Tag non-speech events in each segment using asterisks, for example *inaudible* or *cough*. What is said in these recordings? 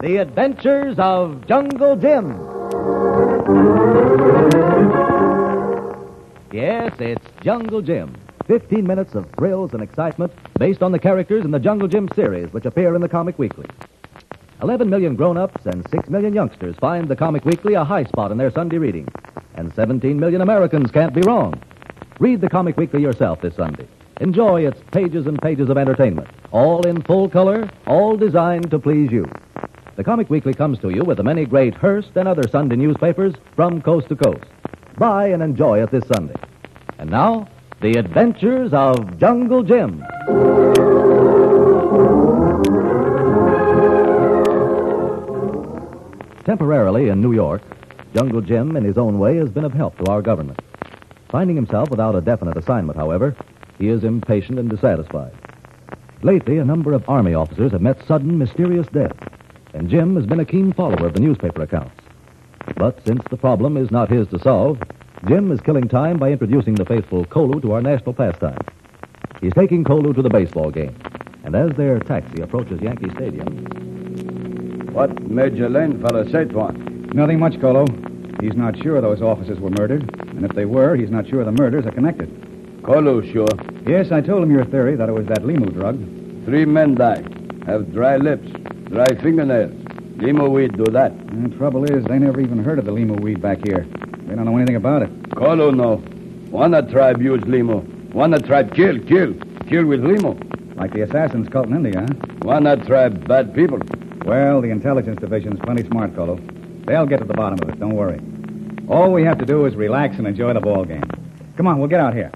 The Adventures of Jungle Jim. Yes, it's Jungle Jim. Fifteen minutes of thrills and excitement based on the characters in the Jungle Jim series, which appear in the Comic Weekly. Eleven million grown-ups and six million youngsters find the Comic Weekly a high spot in their Sunday reading, and seventeen million Americans can't be wrong. Read the Comic Weekly yourself this Sunday. Enjoy its pages and pages of entertainment, all in full color, all designed to please you. The Comic Weekly comes to you with the many great Hearst and other Sunday newspapers from coast to coast. Buy and enjoy it this Sunday. And now, The Adventures of Jungle Jim. Temporarily in New York, Jungle Jim, in his own way, has been of help to our government. Finding himself without a definite assignment, however, he is impatient and dissatisfied. Lately, a number of Army officers have met sudden, mysterious death and Jim has been a keen follower of the newspaper accounts. But since the problem is not his to solve, Jim is killing time by introducing the faithful Kolu to our national pastime. He's taking Kolu to the baseball game, and as their taxi approaches Yankee Stadium, What made you lane fella say Twan? Nothing much, Colo. He's not sure those officers were murdered, and if they were, he's not sure the murders are connected. Kolu, sure. Yes, I told him your theory that it was that Limu drug. Three men died. Have dry lips, dry fingernails. Limo weed do that. And the trouble is, they never even heard of the Limu weed back here. They don't know anything about it. Kolu, no. One a tribe use limo. One a tribe kill, kill, kill with limo. Like the assassins cult in India, huh? One a tribe bad people. Well, the intelligence division's plenty smart, Colo. They'll get to the bottom of it, don't worry. All we have to do is relax and enjoy the ball game. Come on, we'll get out here.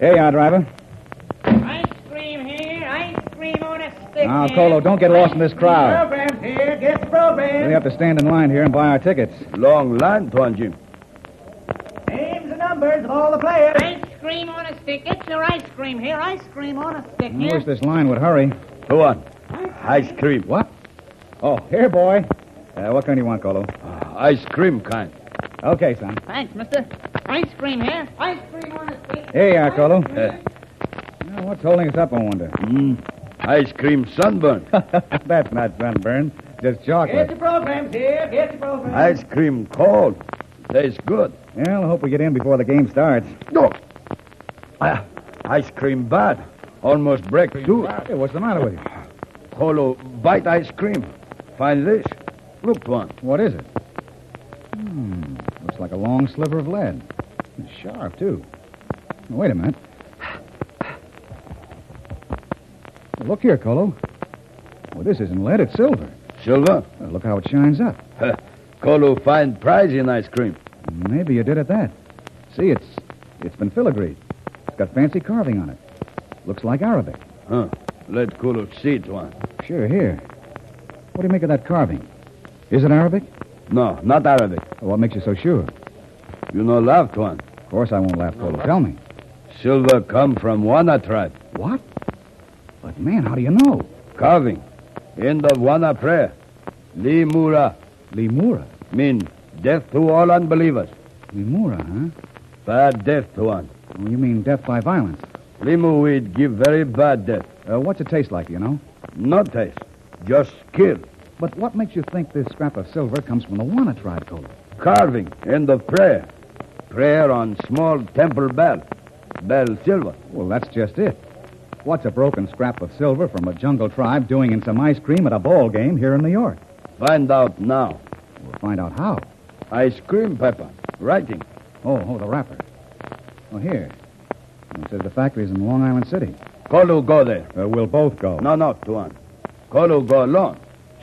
Here you are, driver. Ice cream here, ice cream on a stick. Now, here. Colo, don't get lost in this crowd. Program here, get the program. We have to stand in line here and buy our tickets. Long line, Twan Jim. Names and numbers of all the players. Ice cream on a stick. Get your ice cream here, ice cream on a stick I here. wish this line would hurry. Go on. Ice cream. What? Oh, here, boy. Uh, what kind do you want, Colo? Ice cream kind. Okay, son. Thanks, mister. Ice cream here, ice cream on a stick. Here you are, Colo. Yeah. Now, what's holding us up, I wonder? *laughs* Mm. Ice cream sunburn. That's not sunburn, just Get chocolate. your programs here, get your programs. Ice cream cold. Tastes good. Well, I hope we get in before the game starts. No. Ah, ice cream bad. Almost break tooth. Hey, what's the matter with you? Hollow bite ice cream. Find this. Look, Twan. What is it? Hmm, looks like a long sliver of lead. It's sharp, too. Now, Wait a minute. Look here, Colo. Well, this isn't lead, it's silver. Silver. Uh, look how it shines up. Colo find prize in ice cream. Maybe you did it that. See, it's it's been filigreed. It's got fancy carving on it. Looks like Arabic. Huh. Let Colo see, Twan. Sure, here. What do you make of that carving? Is it Arabic? No, not Arabic. What makes you so sure? You know laugh, Twan. Of course I won't laugh, Colo. Tell me. Silver come from Wana tribe. What? But, man, how do you know? Carving. End of Wana prayer. Limura Limura. mean death to all unbelievers. Limura, huh? Bad death, Twan. Well, you mean death by violence. Limu weed give very bad death. Uh, what's it taste like, you know? No taste. Just kill. But what makes you think this scrap of silver comes from the Wana tribe, Colo? Carving. End of prayer. Prayer on small temple bell. Bell silver. Well, that's just it. What's a broken scrap of silver from a jungle tribe doing in some ice cream at a ball game here in New York? Find out now. We'll find out how. Ice cream pepper. Writing. Oh, oh, the wrapper. Oh, here. It says the factory's in Long Island City. Kolu go there. Uh, we'll both go. No, no, Tuan. Kolu go alone.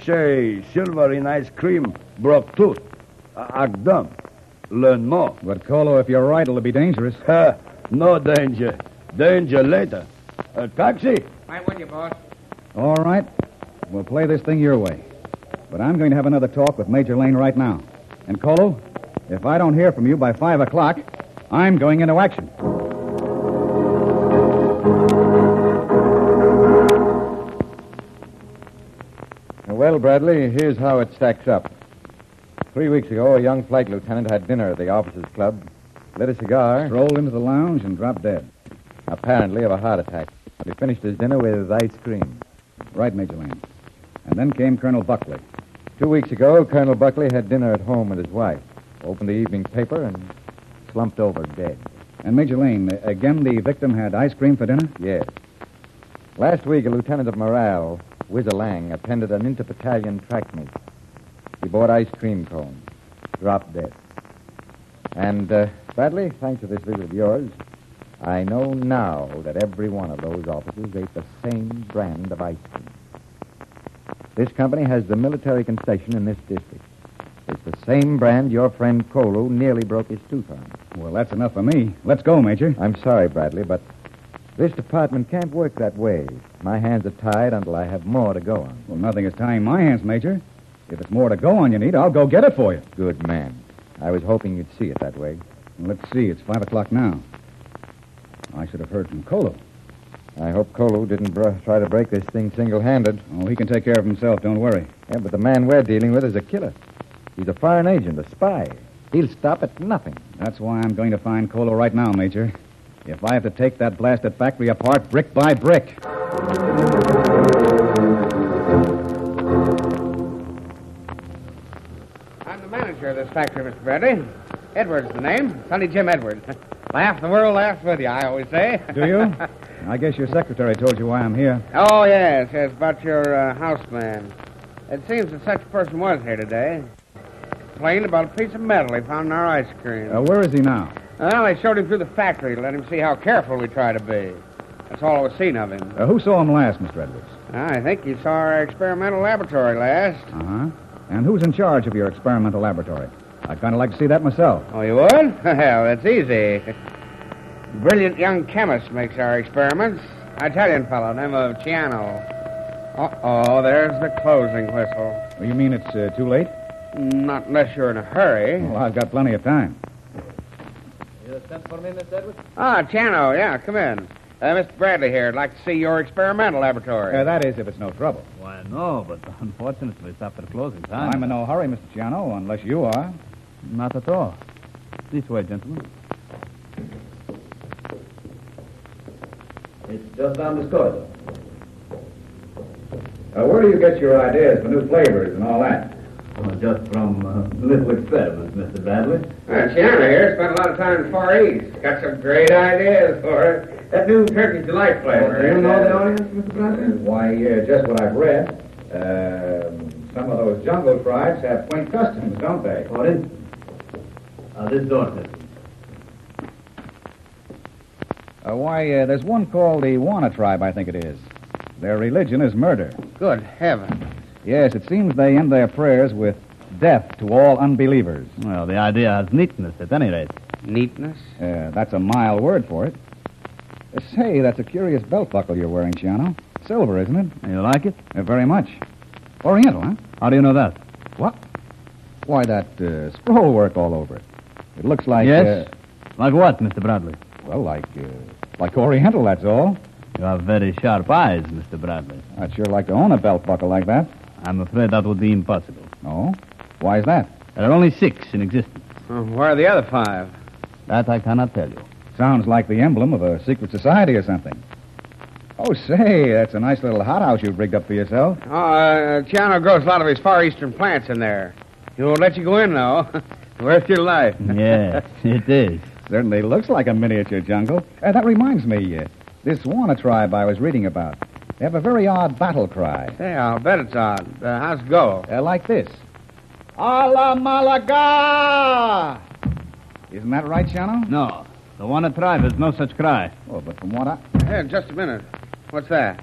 Say, silver in ice cream broke tooth. A- Act dumb. Learn more. But, Colo, if you're right, it'll be dangerous. Ha, no danger. Danger later. A taxi? Why would you, boss? All right. We'll play this thing your way. But I'm going to have another talk with Major Lane right now. And, Colo, if I don't hear from you by 5 o'clock, I'm going into action. Well, Bradley, here's how it stacks up. Three weeks ago, a young flight lieutenant had dinner at the officers' club, lit a cigar, Rolled into the lounge and dropped dead. apparently of a heart attack. But he finished his dinner with ice cream. Right, Major Lane. And then came Colonel Buckley. Two weeks ago, Colonel Buckley had dinner at home with his wife, opened the evening paper, and slumped over dead. And Major Lane, again the victim had ice cream for dinner? Yes. Last week, a lieutenant of morale, Whizzer Lang, attended an inter battalion track meet. He bought ice cream cones, dropped dead. And, uh, Bradley, thanks to this visit of yours, I know now that every one of those officers ate the same brand of ice cream. This company has the military concession in this district. It's the same brand your friend Kolu nearly broke his tooth on. Well, that's enough for me. Let's go, Major. I'm sorry, Bradley, but this department can't work that way. My hands are tied until I have more to go on. Well, nothing is tying my hands, Major. If it's more to go on you need, I'll go get it for you. Good man. I was hoping you'd see it that way. Let's see. It's five o'clock now. I should have heard from Colo. I hope Kolu didn't br- try to break this thing single handed. Oh, he can take care of himself. Don't worry. Yeah, but the man we're dealing with is a killer. He's a foreign agent, a spy. He'll stop at nothing. That's why I'm going to find Colo right now, Major. If I have to take that blasted factory apart brick by brick. I'm the manager of this factory, Mr. Bradley. Edwards, the name. Sonny Jim Edwards. *laughs* Laugh the world laughs with you, I always say. Do you? *laughs* I guess your secretary told you why I'm here. *laughs* oh, yes, yes, about your uh, house man. It seems that such a person was here today. Complained about a piece of metal he found in our ice cream. Uh, where is he now? Well, they showed him through the factory to let him see how careful we try to be. That's all was seen of him. Uh, who saw him last, Mr. Edwards? I think you saw our experimental laboratory last. Uh huh. And who's in charge of your experimental laboratory? I'd kind of like to see that myself. Oh, you would? *laughs* Well, that's easy. Brilliant young chemist makes our experiments. Italian fellow, name of Ciano. Uh-oh, there's the closing whistle. Well, you mean it's uh, too late? Not unless you're in a hurry. Well, I've got plenty of time. Ah, Ciano, yeah, come in. Uh, Mr. Bradley here. I'd like to see your experimental laboratory. Uh, that is, if it's no trouble. Why, no, but unfortunately, it's after closing time. I'm in no hurry, Mr. Giano, unless you are. Not at all. This way, gentlemen. It's just down this corridor. Uh, where do you get your ideas for new flavors and all that? just from uh, little experiments, Mr. Bradley. Uh, Ciano here spent a lot of time in the Far East. Got some great ideas for it. That new Turkey Delight Oh, flavor. audience, Mr. Bradley? Why, uh, just what I've read. Um some of those jungle tribes have quaint customs, don't they? What is? Uh, this door, sir. Uh, why, uh, there's one called the Wana tribe, I think it is. Their religion is murder. Good heaven. Yes, it seems they end their prayers with death to all unbelievers. Well, the idea has neatness, at any rate. Neatness? Uh, that's a mild word for it. Uh, Say, that's a curious belt buckle you're wearing, Shiano. Silver, isn't it? You like it? Uh, very much. Oriental, huh? How do you know that? What? Why, that uh, scroll work all over it. It looks like. yes? uh, Like what, Mr. Bradley? well, like. Uh, like Oriental, that's all. You have very sharp eyes, Mr. Bradley. I'd sure like to own a belt buckle like that. I'm afraid that would be impossible. Oh? Why is that? There are only six in existence. Uh, Where are the other five? That I cannot tell you. Sounds like the emblem of a secret society or something. Oh, say, that's a nice little hothouse you've rigged up for yourself. Oh, uh, Chiano grows a lot of his Far Eastern plants in there. He won't let you go in, though. *laughs* Worth your life. *laughs* yes, it is. Certainly looks like a miniature jungle. Uh, that reminds me, uh, this Wana tribe I was reading about. They have a very odd battle cry, Say, I'll bet it's odd. Uh, how's it go? uh, like this: "Ala Malaga." Isn't that right, Shano? No. The one tribe has no such cry. Oh, but from what I Hey, just a minute. What's that?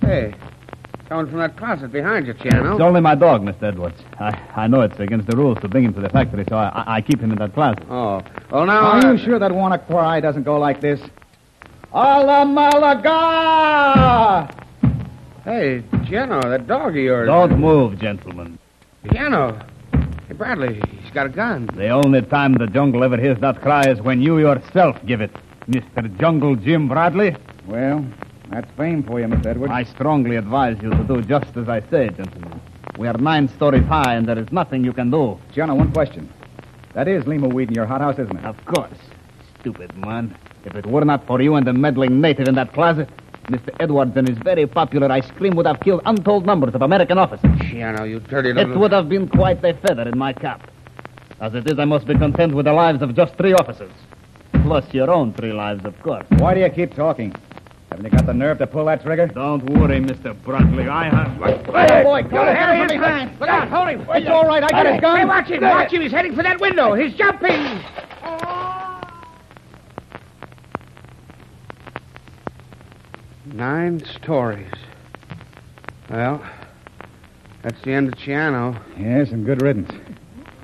Hey, someone from that closet behind you, It's Chiano. only my dog, Mr. Edwards. I, I know it's against the rules to bring him to the factory, so I, I- I keep him in that closet. Oh, well, now. are uh, you sure that Wana cry doesn't go like this? "Ala Malaga." Hey, Chiano, that dog of yours. Don't move, gentlemen. Chiano. Hey, Bradley, he's got a gun. The only time the jungle ever hears that cry is when you yourself give it. Mr. Jungle Jim Bradley, Well, that's fame for you, Miss Edwards. I strongly advise you to do just as I say, gentlemen. We are nine stories high, and there is nothing you can do. Gianna, one question. That is lima weed in your hothouse, isn't it? Of course. stupid man. If it were not for you and the meddling native in that closet, Mr. Edwards and his very popular ice cream would have killed untold numbers of American officers. Chiano, you dirty little. It would have been quite a feather in my cap. As it is, I must be content with the lives of just three officers. Plus your own three lives, of course. Why do you keep talking? Haven't you got the nerve to pull that trigger? Don't worry, Mr. Brockley. I have. Oh, boy, Go ahead, his Billy. hand. Look out, hold him. It's all right. I got his gun. Hey, watch him, watch him. He's heading for that window. He's jumping. Nine stories. Well, that's the end of Chiano. Yes, and good riddance.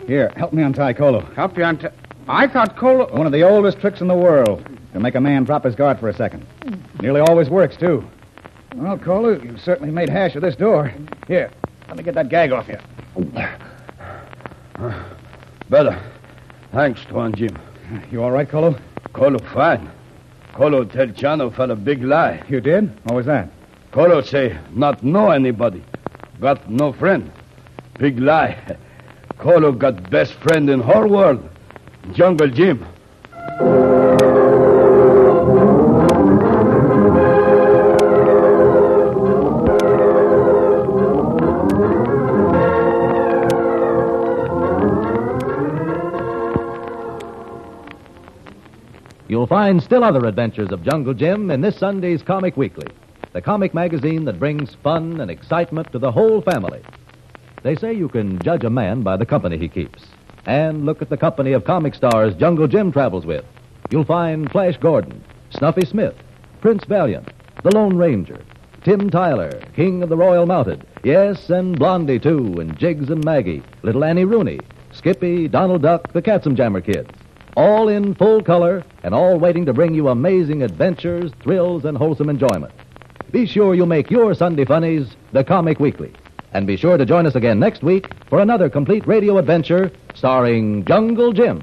Here, help me untie Colo. Help you on. T- I thought Colo. One of the oldest tricks in the world to make a man drop his guard for a second. Nearly always works, too. Well, Colo, you've certainly made hash of this door. Here, let me get that gag off you. Better. Thanks, Tuan Jim. You all right, Colo? Colo fine. Colo tell Chano fell a big lie. You did? What was that? Colo say not know anybody. Got no friend. Big lie. *laughs* Colo got best friend in whole world. Jungle Jim. You'll find still other adventures of Jungle Jim in this Sunday's Comic Weekly, the comic magazine that brings fun and excitement to the whole family. They say you can judge a man by the company he keeps. And look at the company of comic stars Jungle Jim travels with. You'll find Flash Gordon, Snuffy Smith, Prince Valiant, The Lone Ranger, Tim Tyler, King of the Royal Mounted, yes, and Blondie, too, and Jiggs and Maggie, Little Annie Rooney, Skippy, Donald Duck, the Katzenjammer Kids all in full color and all waiting to bring you amazing adventures, thrills, and wholesome enjoyment. Be sure you make your Sunday funnies the Comic Weekly. And be sure to join us again next week for another complete radio adventure starring Jungle Jim.